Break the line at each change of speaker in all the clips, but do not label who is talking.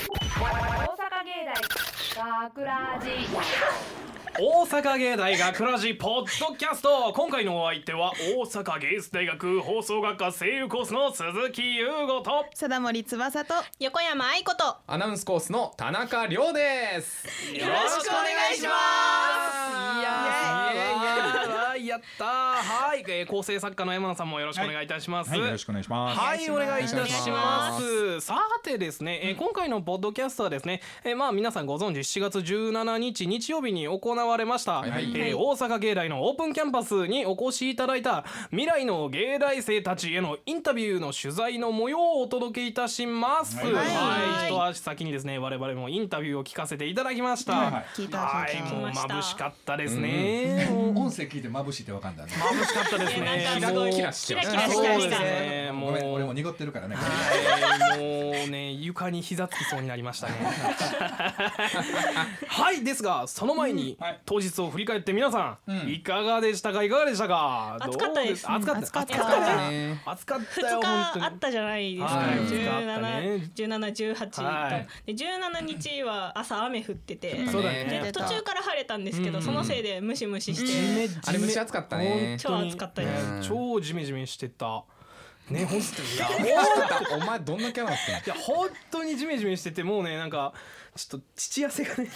大阪芸大学ラジ
大阪芸大学ラジポッドキャスト今回のお相手は大阪芸術大学放送学科声優コースの鈴木優吾と
貞森翼と
横山愛子と
アナウンスコースの田中亮です。
よ
ろしくお願いします
いやーいやいやいややったーはい、えー構成作家の山野さんもよろしくお願いいたします、
はい、よろしくお願いします。
はい、お願いいた
お願い
し
し
ま。
ます
さてですね、えー今回のポッドキャストはですね、えーまあ皆さんご存知7月17日日曜日に行われました、
はいはい
えー大阪芸大のオープンキャンパスにお越しいただいた未来の芸大生たちへのインタビューの取材の模様をお届けいたします。は、
はいい
は
一
い
足先にですね、我々もインタビューを聞かせていただきました。
は
はい
はい
聞いた
い、
聞いた
もう
聞きました
眩しかったですね。もう
音声聞いて眩しいってわかんだね。
眩しかったです
い
ね
や。
なんかキラキラしてま
キ
す
ラキラ
そう
してま
です
した
ね。
ごめん、俺も濁ってるからね。
はいもうね床に膝つきそうになりましたね はいですがその前に、
はい
当日を振り返って皆さん、
うん
いかがでしたかいかがでしたか
暑かったです
どう暑かった
暑かった
暑かった
ね
暑かった
2
よ本当
日
に
あったじゃないですか、
はい
17、1718と、
はい
で17日は朝雨降ってて、
そうだね
で途中から晴れたんですけど、
うん
そのせいでムシムシして、
ジメジメ
あれ蒸し暑かったね
本当に
超暑かったです
ね超ジメジメしてたね本当にいや
お前どんなキャラだっ
いや本当にジメジメしててもうねなんかちょっと父汗がね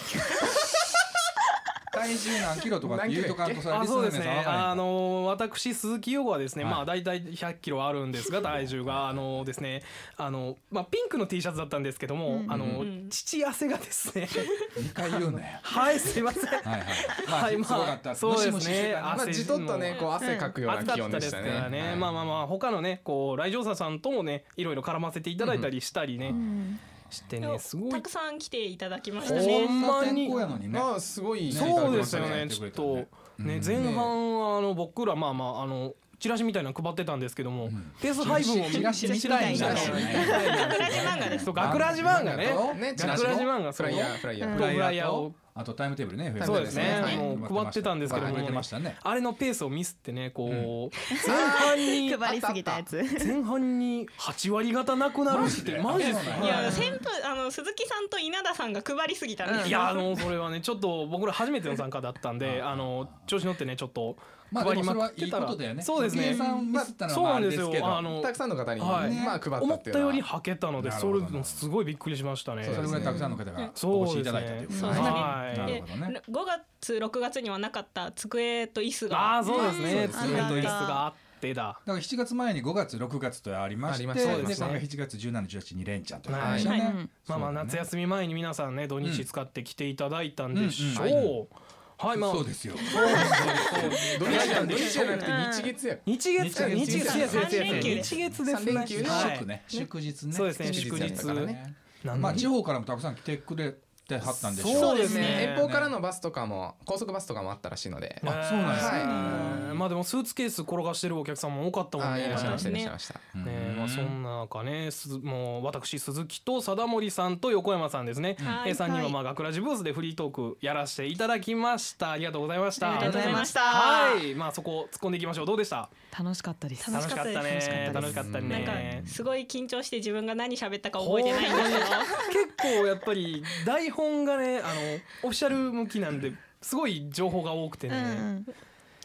体重何キロとかって言うとかんとさ、
あ
リス
そ
ナ
う
ー
で
の
す
皆さん
ね
わ。かん
あ
ない。
の私鈴木陽子はですね、
はい
まあ大体100キロあるんですが体重があのですねあのまあピンクの T シャツだったんですけども、あの
ん
父汗がですね
二回言うね。
はいすいません。
はい はい。
はい
まあ、すごかった。
そうです
ムシムシして
ね。
た
た。まあじとっとねこう汗かくような
暑かっ
気温
た
で
で
し
すか
た
らね、
ね。
まあまあまあ他のねこう来場者さんともねいろいろ絡ませていただいたりしたりね、して
でも
ねすご
た
い
くさん来ていただきました
ほ
ね
んまに
天候やのにね。
まあすごい
そうですよ
や
ね
って
ちょ
く
っ
れた
と
ね
ね
うん
前半はあの僕らまあまああのチラシみたいなの配ってたんですけども、ペース配分を
チラシみたいな
チラシみたいな
学ラジ漫画です
そう学ラジ漫画ね
ねチラシ
学ラジ漫画
フ
そう
ライヤーフライヤ
フ
ー。
ライヤーを
あとタイムテーブルね。
そうですね、
はい
あの配ってたんですけども、
配ってましたね。
あれのペースをミスってねこう、前半 に
配りすぎたやつ
前半に8割方なくなるってマ
マ
ジ
ジ
で
です
す
い
ね
や扇風あの鈴木さんと稲田さんが配りすぎたんですよ、
いやあのそれはねちょっと僕ら初めての参加だったんであの調子乗ってねちょっと
まあ
配
で
り
もそ
まく
れは
っ
い
て
い
た
こ
ら
とだよね。
そうですね
計算ミスったの
そう
はま
なん
ああ
です
れです
よ
けど。
あ
そ
の
たくさんの方に
はい
まあ配った
思っ
ってい
た
うの
よ
は
り。はけたので
なる
そ
ほど
れもすごいびっくりしましたね。
れぐらいたくさんの方がお越しいただいたということ
そう
で
ですす
ね。
ね
はい
な
で
るほどね。
5月6月にはなかった机と椅子
ああ
が
そうですね。
そうです
ツ
ね
イートリストがあってだ。
だから7月前に5月6月とありまして
ありました
ね
で今回7月17、18に連チャンという
は
感
い
じで
は
ね。
まあまあ夏休み前に皆さんね土日使って来ていただいたんでしょう。はいまあ
そうですよ。
土日じゃ土日じゃなくて日月や。
日月か日
日
月
月
です
三連休
日月ですね。
三連休ね
はい
祝ね祝日ね。
そうですね祝
祝日
日
やったからね。
なんで
まあ地方からもたくさん来てくれてはったんでしょ
そう
う。
ですね
遠方からのバスとかも高速バスとかもあったらしいので。
あそうなんですね
はいまあでもスーツケース転がしてるお客さんも多かったもん
あ
ね。
いらっしゃいましたい
ね
らっしゃいました。
ねまあ、そんな中ねすもう私鈴木と貞森さんと横山さんですね、
はい
えー3人はまあ学ラジブースでフリートークやらせていただきましたありがとうございました
ありがとうございました
はいまあそこ突っ込んでいきましょうどうでした
楽しかったです
楽しかったです
ね楽
楽
し
し
か
か
っ
ったたです
なんか
ね
すごい緊張して自分が何喋ったか 覚えてないんですけど
結構やっぱり台本がねあのオフィシャル向きなんですごい情報が多くてね、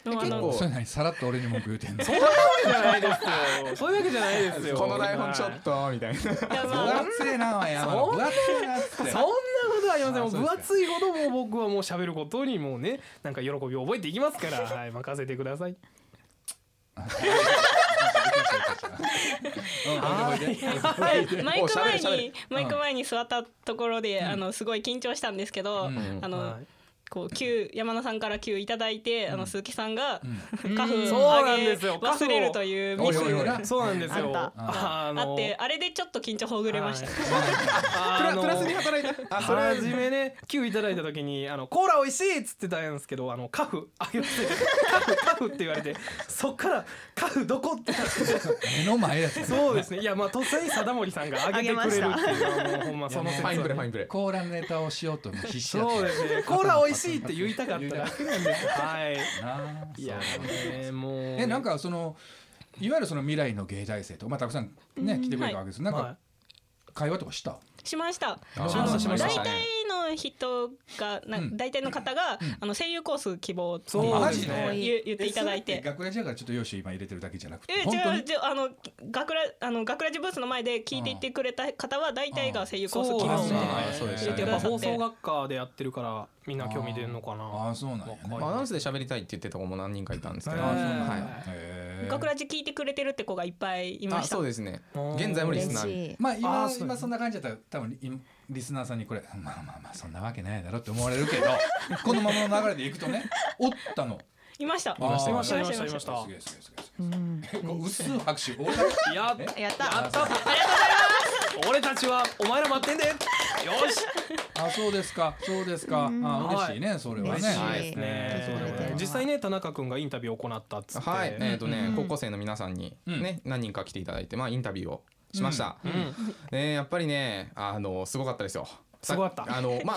でもあ
結
の
構
それなりにさらっと俺に文句言うてんの。
そういうわけじゃないですよそういうわけじゃないですよ
この台本ちょっとみたいな。
いやまあ
分厚いなおいやばい分厚いなっつっ
そ
て
ん なことはありません。もう
あそうです
分
か
厚いことも僕はもう喋ることにもうね、なんか喜びを覚えていきます から、はい、任せてください。
うんほいでほいで
マイク前にマ
る
イク前に座ったところで、あのすごい緊張したんですけど、
ん
あの、
はい
こう給山田さんから給いただいて、あの鈴木さんが、カフ
うん
を
そうなん
上げ
ですよカフを
忘れるという
お
ミ
い
ス
おいおい
そうなんですよ。
あ
あ
あってあれでちょっと緊張ほぐれました、
はいあの
プラスに働いた。あそれは
初めね、キューいただいた時に、あのコーラ美味しいっつってたんですけど、あのカフあげて、 カフカフって言われて、そっからカフどこってなって。
目の前やつ
そうですね。いやまあ突然貞森さんがあげてくれるっていうのはもうほんまその
い
説
や
ファインプレーフ
は
ァイ
ね
ンプレー。
コーラネタをしようと必死やっ
そう
た
ですね。コーラ美味しいって言いたかっただけなんです。はい。
ない
やねもう
えなんかそのいわゆるその未来の芸大生とかまあたくさんね来てくれたわけですなん
は
か会話とかした
しました。
あ
しましたしました
大体の人が、な
うん
大体の方が、あの声優コース希望って
そう
マジ
言
で
う言っていただいて。
楽屋じゃからちょっと用紙今入れてるだけじゃなくて
え
本当
違う
に
違うあの学ラあの学ラジブースの前で聞いていってくれた方は大体が声優コース希
そう
望
ですね
あーそうでしたね
やっぱ放送学科でやってるからみんな興味出るのかな
ああそうなんやね
わか
アナウンスで喋りたいって言ってた子も何人かいたんですけど、
へー
は
へー
学ラジ聞いてくれてるって子がいっぱいい
い、
ま
あ
した
そうですね現在もリス
嬉
ナー
しい。
まあ今
あーそう
今そんな感じだったら多分今リスナーさんにこれまあまあまあそんなわけないだろって思われるけどこのままの流れでいくとねおったの
いました
いました
いました
い
い
ま
まし
し
たたいました
すげえすげえすげえす
うん
げえこう薄い拍手大拍手
いや
え
やった。
やったありがとうございます俺たちはお前ら待ってんでよし
あそうですかそうですか
うん
あ嬉しいねそれはね
嬉しい
はい
ですね実際ね田中君がインタビューを行ったっつって
はい、えっ、とね、
うん
高校生の皆さんにね、何人か来ていただいて、まあインタビューをしました。
うん
えーやっぱりね、あのすごかったですよ。さ
すごかった
あのまあ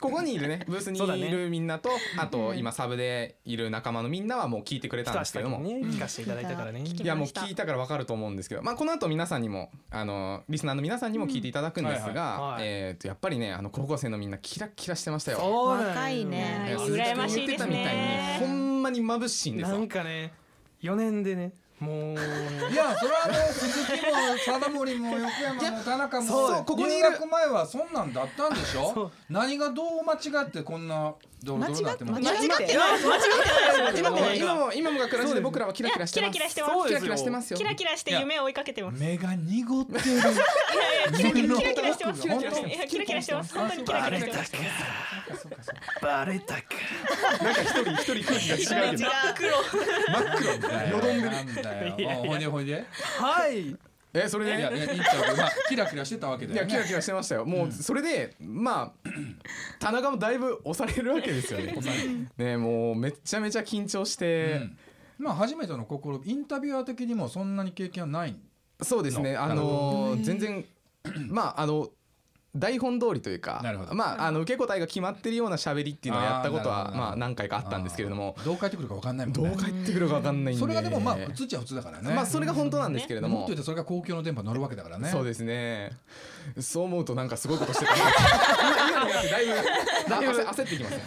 ここにい るね、ブース
そうだ
にい
ね
るみんなと、あと今サブでいる仲間のみんなはもう聞いてくれた
来
ん
た
ですけども。
ね聞かせていただいたからね
いやもう
聞きました
聞いたからわかると思うんですけど、まあ、この後皆さんにもあのリスナーの皆さんにも聞いていただくんです
うん
はい
が
はい
えーとやっぱりねあの高校生のみんなキラキラしてましたよ。
若いね
えー
はい羨ましい
言
ですね
ってたみたいにほんまに眩しいんです
な
よ
ん。かね4年でねもう
いやそれはもう鈴木も貞森も横山も田中も
そう
そうここにいる学前はそんなんだったんでしょ何がどう間違ってこんなドロドロなっても
間違っ
間違ってない間違ってない間違ってない
今も今もが暮らしで僕らはキラキラしてます。
キラキラしてま
キ
す
ラキラしてますよ。
キラキラして夢を追いかけてます
目が濁ってる
いやいやキラキラキラキラしてます
キラキラしてます
いやキラキラしてます本当にキラキラしてます
バレたか
なんか一人一人空気が違うけど真っ黒。
よどんでるんだよあほいでほいで
はい
えそれ
いやいや
ね。
インタビューまあキラキラしてたわけ
い
だよ
やキラ
ね
キラしてましたよ。もうそれでまあ田中もだいぶ押されるわけですよね。ねもうめちゃめちゃ緊張し
う
て。
んまあ初めての心インタビュアー的にもそんなに経験はない
そうですね。
の
あ
なる
の全然 まああの。台本通りというか
なるほ、ど
まあ、あの受け答えが決まってるような喋りっていうのはやったこと
あーな
は
るほど
まあ何回かあったんですけれども
あーどう帰ってくるかわかんないもん
どう
ね
帰ってくるか分かんないんで
それがでもまあ普通っちゃ普通だからね
まあそれが本当なんですけれど
もっと
も
言うとそれが公共の電波に乗るわけだからね
そうですねそう思うとなんかすごいことして たな今になってだいぶだいぶ焦ってきますね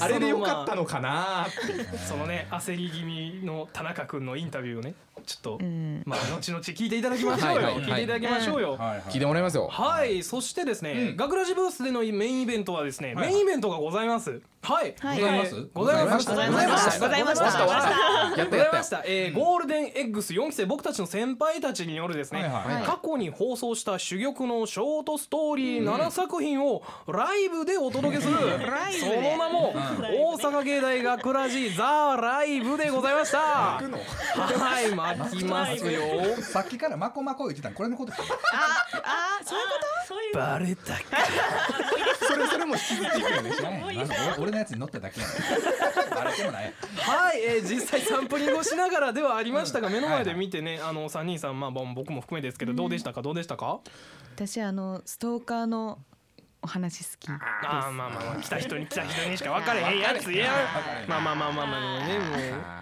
あれでよかったのかなって
そのね焦り気味の田中君のインタビューをねちょっと、
ん
まあ後々聞いていただきましょうよ、
はいはいはい
聞いていただきましょうよ、はい
はいはい
聞いてもらいますよ
そしてですね、学ラジブースでのメインイベントはですね、
はいはい
メインイベントがございますはい、
はい
ございます
ございまし
ご
た
ざいました
ございました
ございました
やった
ご
や
ざ
っ
い
た
ました、えーゴールデンエッグス4期生僕たちの先輩たちによるですね、
はいはい
はい
過去に放送した珠玉のショートストーリー7作品をライブでお届けする、
ライブ
そ
で
の名も、大阪芸大学ラジザライブでございました
行くの
はい、巻きますよ。
さっきからまこまこ言ってたのこれのことか
ああ、そういうこ
そういう
バレたか。
それそれも引きずっていくよね
なん か俺俺のやつに乗っただけやんあれでもない
はい、えー実際サンプリングをしながらではありましたが、目の前で見てね、あの三人さん、まあ、ぼ僕も含めですけど、どうでしたか、どうでしたか。
と。私あのストーカーのお話好き。
あー、まあ、まあ、まあ、来た人に、来た人にしか分かれへんやつや。まあ、まあ、まあ、まあ、まあ、ね、も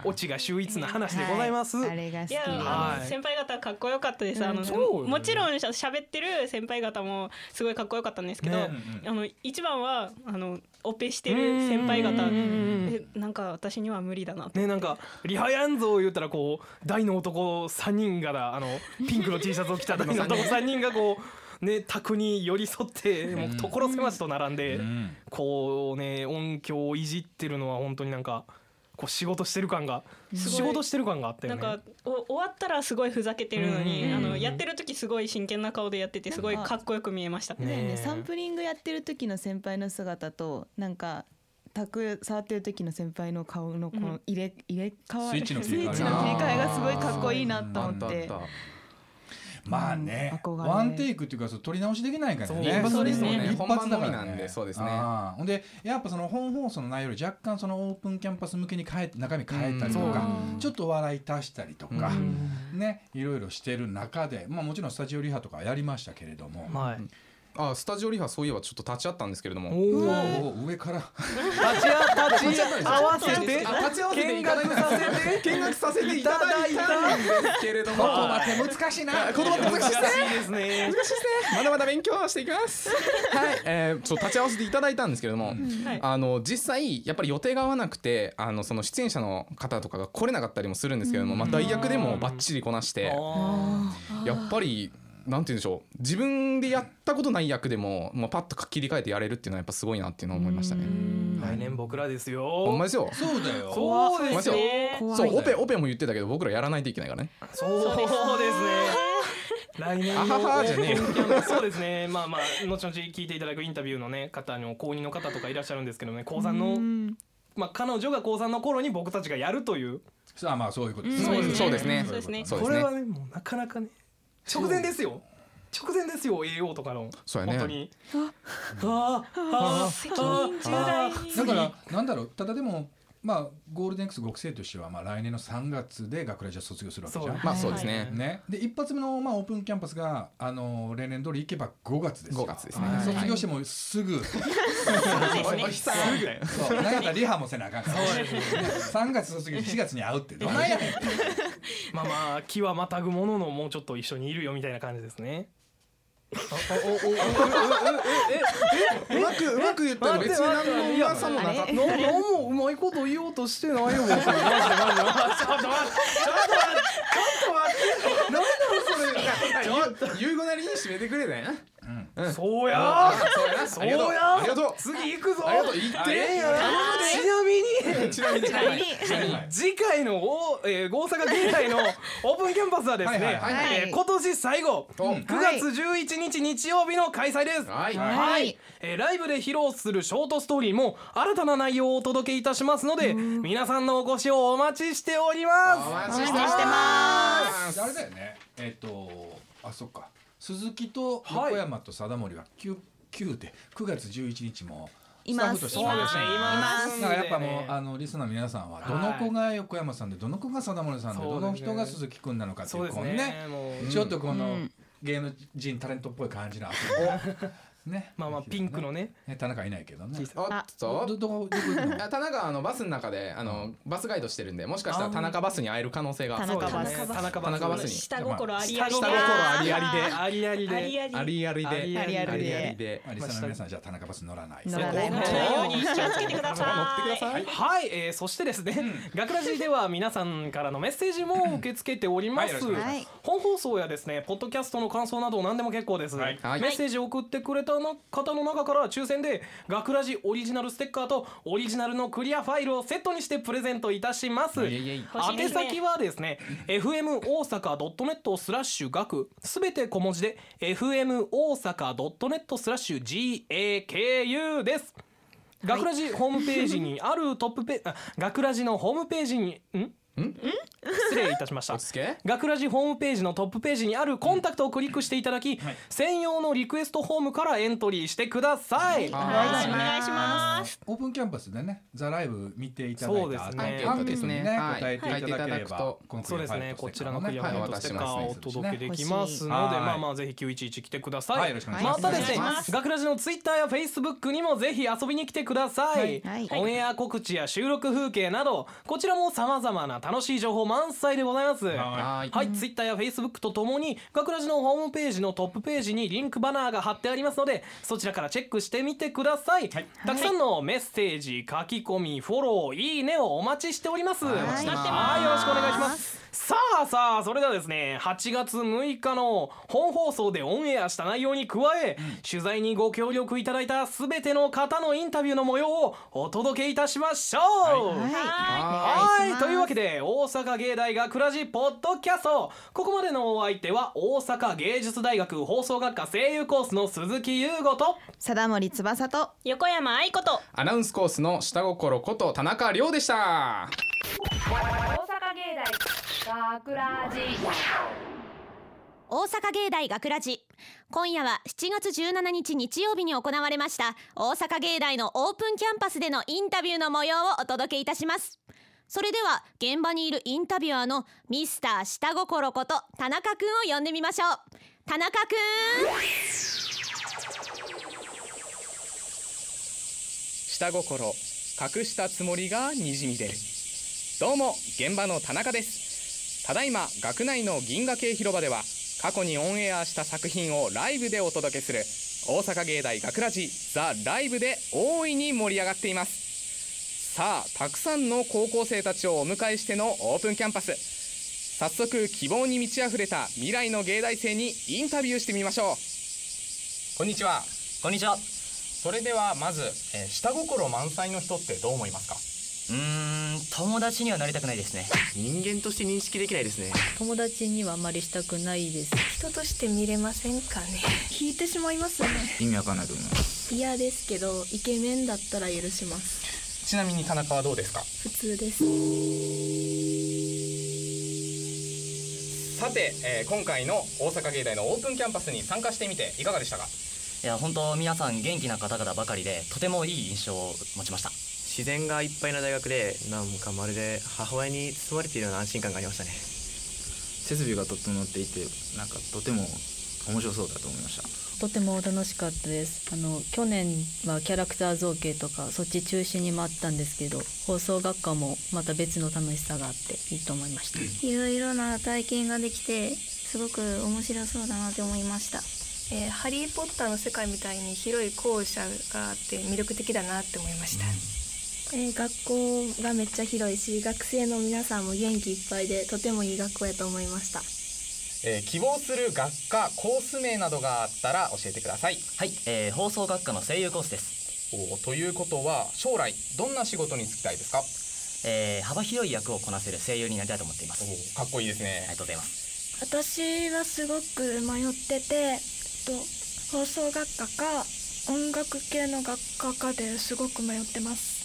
う、オチが秀逸な話でございます。
はいあれが好
い
き
や、あ
は
の
い
先輩方かっこよかったです。あの
そうよね
もちろんしゃ喋ってる先輩方もすごいかっこよかったんですけど、
ね
あの一番はあのオペしてる先輩方、
うんうんうんうん
えなんか私には無理だなって。
ね、なんかリハやんぞを言ったらこう大の男3人がだあのピンクの T シャツを着た大の男3人がこうね卓に寄り添ってもう所狭しと並んで
ん
こうね音響をいじってるのは本当になんかこう仕事してる感が
すごい
仕事してる感があった
な
よ
ん
ね。
かお終わったらすごいふざけてるの
うん
に
う
あ
んうん
のやってる時すごい真剣な顔でやっててすごいかっこよく見えました。
ね
だよ
え
ね、サンプリングやってる時の先輩の姿となんかタク触ってる時の先輩の顔のこ
う
の
ん
入れ入れ替わ
スイッチの切
スイ
り替え
ッチの切り替えがすごいかっこいいなと
あ
思
った
っ
あってた
まあね
憧れ
ワンテイクっていうかそう取り直しできないからね
そう
そうですね
一発だか
本番のみ
ら
なんでそうですね
あーほんでやっぱその本放送の内容より若干そのオープンキャンパス向けに変え中身変えたりと
うん
か
そう
ちょっと笑い足したりとか
う
ねいろいろしてる中でまあもちろんスタジオリハとかはやりましたけれども
はい
あスタジオリハそういえばちょっと立ち会ったんですけれど
お
も
お
おー上から
立ちあ立ち合わせて
あ立ち会わせていただい
見
た
学させて
見学させていただいたんですけれども
あ
待って難しいな
あ言葉難しいですね
いですね
難しいですねまだまだ勉強はしていきますはい、えー、ちょっと立ち会わせていただいたんですけれども、
はい
あの実際やっぱり予定が合わなくてあのその出演者の方とかが来れなかったりもするんですけれども、まあ、代役でもバッチリこなして
あ
やっぱりなんて言うんでしょう自分でやったことない役でも、まあ、パッと切り替えてやれるっていうのはやっぱすごいなっていうのを思いましたね。
ー来年僕らですよ
ほんまですよ
そうだよ
そうですよ
ね
怖い
そうオペオペも言ってたけど僕らやらないといけないからね
そうですね来年の
あははじゃねえよ
オープンキャンプそうですねまあまあ後々聞いていただくインタビューのね方にも公認の方とかいらっしゃるんですけどね高3のまあ彼女が高3の頃に僕たちがやるという
さあまあそういうことです
うんそうですね
そうですね
そう
これはねもうなかなかね直前ですよ直前ですよ AO とかの
そうやね
本当にああああ
責任重大に
だからなんだろうただでもまあゴールデン X 学生としてはまあ来年の3月で学ラジは卒業するわけじゃん
そう
まあそうですね、
ね、で一発目の、まあ、オープンキャンパスが、あの例年通り行けば5月ですよ
5月ですね
はい
はい
卒業してもすぐ、
おいおいさあ
そうなんやったらリハもせなあかんから3月卒業4月に会うってどないやねん
まあまあ木はまたぐもののもうちょっと一緒にいるよみたいな感じですね
うまくうまく言ったら別に何のうまさもなかった
な何もうまいこと言おうとしてないよ僕 マジでマジでちょっと待ってちょっと待って
なんだろうそれゆうごなりに締めてくれたんやな
そうや
そうや
そうや
ありがとう
次行くぞ
ありがとう言って
ええやちなみに
ちなみに
次回のお、えー、大阪芸大 のオープンキャンパスはですね、
はいはい
はい
えー今年最後、
お
9月11日日曜日の開催です。
はい
はいえーライブで披露するショートストーリーも新たな内容をお届けいたしますので皆さんのお越しをお待ちしておりま
待ちして
であれだよねえっ、とあそっか鈴木と
はい
横山と貞森は 9, 9で9月11日も
います
スタッフとして
す。
参加
い
して
ます
す
だからやっぱもうあのリスナーの皆さんはどの子が横山さんでどの子が貞森さんで
そうですね
どの人が鈴木くんなのかってい
そう
う
です
この
ね
ね
もう
ちょっとこの芸能人タレントっぽい感じの遊びが ね
まあまあピンクのね
ね田中いないけどね
小さ
おっ
どど
と
どこど こ行くの
あ田中はあのバスの中であのバスガイドしてるんでもしかしたら田中バスに会える可能性が
田
そう
中
です
バ
ね
ス
田中バス
田中バスに
下心ありあり
下
下
心
心ありあ
ありありで
ありあ
りでありあり
り
で
あり
ありで
ありありで
まあリスナーの皆さんじゃあ田中バス乗らない
乗らない
そ
乗
う
らないように気をつけてください。
はい、えーそしてですね、 学ラジでは皆さんからのメッセージも受け付けております。
うんはいよろしくお
願いしま
本放送やですね、ポッドキャストの感想など何でも結構です。
はい
はい
メッセージを送ってくれたの方の中から抽選で学ラジオリジナルステッカーとオリジナルのクリアファイルをセットにしてプレゼントいたします。
いえいえい
欲しいで
宛
すね
先はですね fm 大阪 .net スラッシュ学すべて小文字で fm 大阪 .net スラッシュ GAKU です学ラジホームページにあるトップペあ学ラジのホームページにんん失礼いたしました
おつけ
学ラジホームページのトップページにあるコンタクトをクリックしていただき、専用のリクエストフォームからエントリーしてください、
はい
はい、お願いします。
オープンキャンパスでね「ザライブ見ていただ
そう
い
です
た
ね
アンケートにね
はい
答えていただけれ
書いていただく
ば
と
このク
そう
リ
で
ア
す
ファイ
ね
ルと
こ
して
ちらのクリアフ
は
ァ
い
イルと
渡
ステ
し
ッカ
ま
ー
すね
をお届けできますので、
はい
まあまあぜひ911来てください、
はいよろしくお願いし
ま
ます
たで
お願いし
す
ま
ね
す
学ラジのツイッターやフェイスブックにもぜひ遊びに来てください、
はい
オンエア告知や収録風景などこちらもさまざまな楽しい情報満載でございます
は
は
はいい、ツイッターやフェイスブックとともに学ラジのホームページのトップページにリンクバナーが貼ってありますのでそちらからチェックしてみてください、
はい
たくさんのメッセージ書き込みフォローいいねをお待ちしておりますはい
お待ちしてます
よろしくお願いしますさあさあそれではですね8月6日の本放送でオンエアした内容に加え、取材にご協力いただいた全ての方のインタビューの模様をお届けいたしましょう、
は
はいいというわけで大阪芸大学ラジポッドキャストここまでのお相手は大阪芸術大学放送学科声優コースの鈴木優吾と
貞森翼と
横山愛子と
アナウンスコースの下心こと田中亮でした
大阪芸大学ラジ
大阪芸大学ラジ今夜は7月17日日曜日に行われました大阪芸大のオープンキャンパスでのインタビューの模様をお届けいたしますそれでは現場にいるインタビュアーのミスター下心こと田中くんを呼んでみましょう田中くん
下心隠したつもりがにじみ出るどうも現場の田中ですただいま学内の銀河系広場では過去にオンエアした作品をライブでお届けする大阪芸大学ラジザ・ライブで大いに盛り上がっていますさあたくさんの高校生たちをお迎えしてのオープンキャンパス早速希望に満ち溢れた未来の芸大生にインタビューしてみましょうこんにちは
こんにちは。
それではまず、えー下心満載の人ってどう思いますか
うーん、友達にはなりたくないですね。
人間として認識できないですね
友達にはあまりしたくないです
人として見れませんかね 引いてしまいますね
意味わかんないと思います
嫌ですけどイケメンだったら許します
ちなみに田中はどうですか
普通です
さて、えー今回の大阪芸大のオープンキャンパスに参加してみていかがでしたか
いや、本当皆さん元気な方々ばかりで、とてもいい印象を持ちました。
自然がいっぱいな大学でなんかまるで母親に包まれているような安心感がありましたね
設備が整っていてなんかとても面白そうだと思いました
とても楽しかったですあの去年はキャラクター造形とかそっち中心に回ったんですけど放送学科もまた別の楽しさがあっていいと思いました
いろいろな体験ができてすごく面白そうだなって思いました
えーハリー・ポッターの世界みたいに広い校舎があって魅力的だなって思いました、
えー学校がめっちゃ広いし学生の皆さんも元気いっぱいでとてもいい学校やと思いました
えー希望する学科コース名などがあったら教えてください
はい、えー放送学科の声優コースです。
おーということは将来どんな仕事に就きたいですか
えー幅広い役をこなせる声優になりたいと思っています。あ
おーかっこいいです
り
ね
がとうございます。
私はすごく迷っててと放送学科か音楽系の学科かですごく迷ってます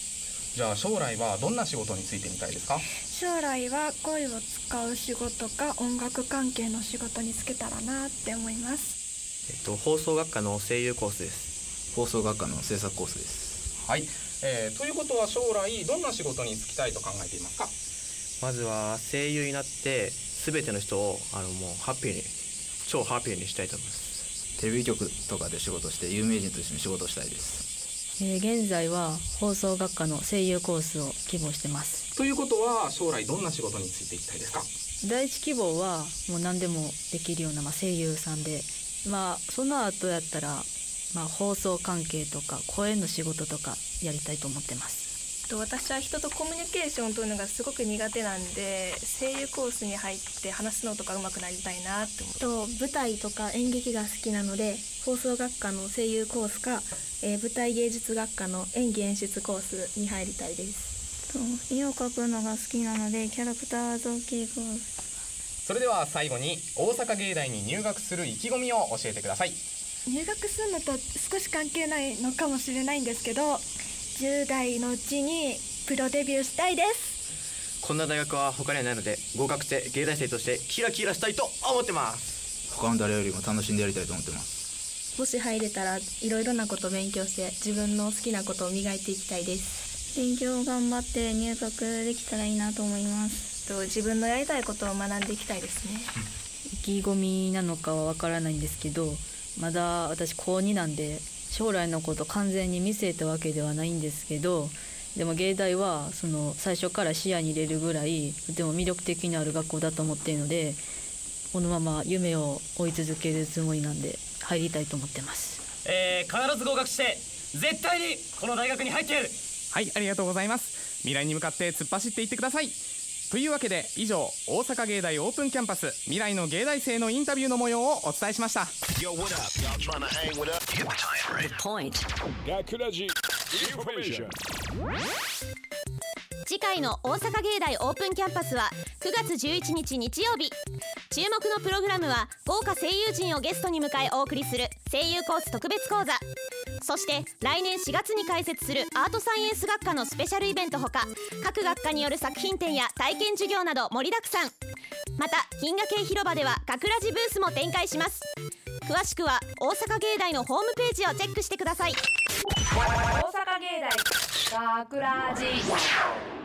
じゃあ将来はどんな仕事に就いてみたいですか
将来は声を使う仕事か音楽関係の仕事に就けたらなって思います
えっと放送学科の声優コースです
放送学科の制作コースです
はい、えーということは将来どんな仕事に就きたいと考えていますか
まずは声優になって全ての人をあのもうハッピーに超ハッピーにしたいと思います
テレビ局とかで仕事して有名人としての仕事をしたいです
えー現在は放送学科の声優コースを希望してます
ということは将来どんな仕事に就いていきたいですか
第一希望はもう何でもできるような、まあ、声優さんでまあその後やったら、まあ、放送関係とか声の仕事とかやりたいと思ってます
と私は人とコミュニケーションを取るのがすごく苦手なんで声優コースに入って話すのとか上手くなりたいなって思う
と舞台とか演劇が好きなので放送学科の声優コースか、えー舞台芸術学科の演技演出コースに入りたいです絵を描くのが好きなのでキャラクター造形コース
それでは最後に大阪芸大に入学する意気込みを教えてください
入学するのと少し関係ないのかもしれないんですけど10代のうちにプロデビューしたいです
こんな大学は他にはないので合格して芸大生としてキラキラしたいと思ってます
他の誰よりも楽しんでやりたいと思ってます
もし入れたらいろいろなことを勉強して自分の好きなことを磨いていきたいです勉強を頑張って入学できたらいいなと思います
と自分のやりたいことを学んでいきたいですね
意気込みなのかはわからないんですけどまだ私高2なんで将来のこと完全に見据えたわけではないんですけどでも芸大はその最初から視野に入れるぐらいとても魅力的のある学校だと思っているのでこのまま夢を追い続けるつもりなんで入りたいと思ってます。
えー必ず合格して、絶対にこの大学に入ってやる
はいありがとうございます未来に向かって突っ走っていってくださいというわけで以上大阪芸大オープンキャンパス未来の芸大生のインタビューの模様をお伝えしました
point. 次回の大阪芸大オープンキャンパスは9月11日日曜日注目のプログラムは豪華声優陣をゲストに迎えお送りする声優コース特別講座そして来年4月に開設するアートサイエンス学科のスペシャルイベントほか各学科による作品展や体験授業など盛りだくさんまた銀河系広場では学ラジブースも展開します詳しくは大阪芸大のホームページをチェックしてください
大阪芸大学ラジ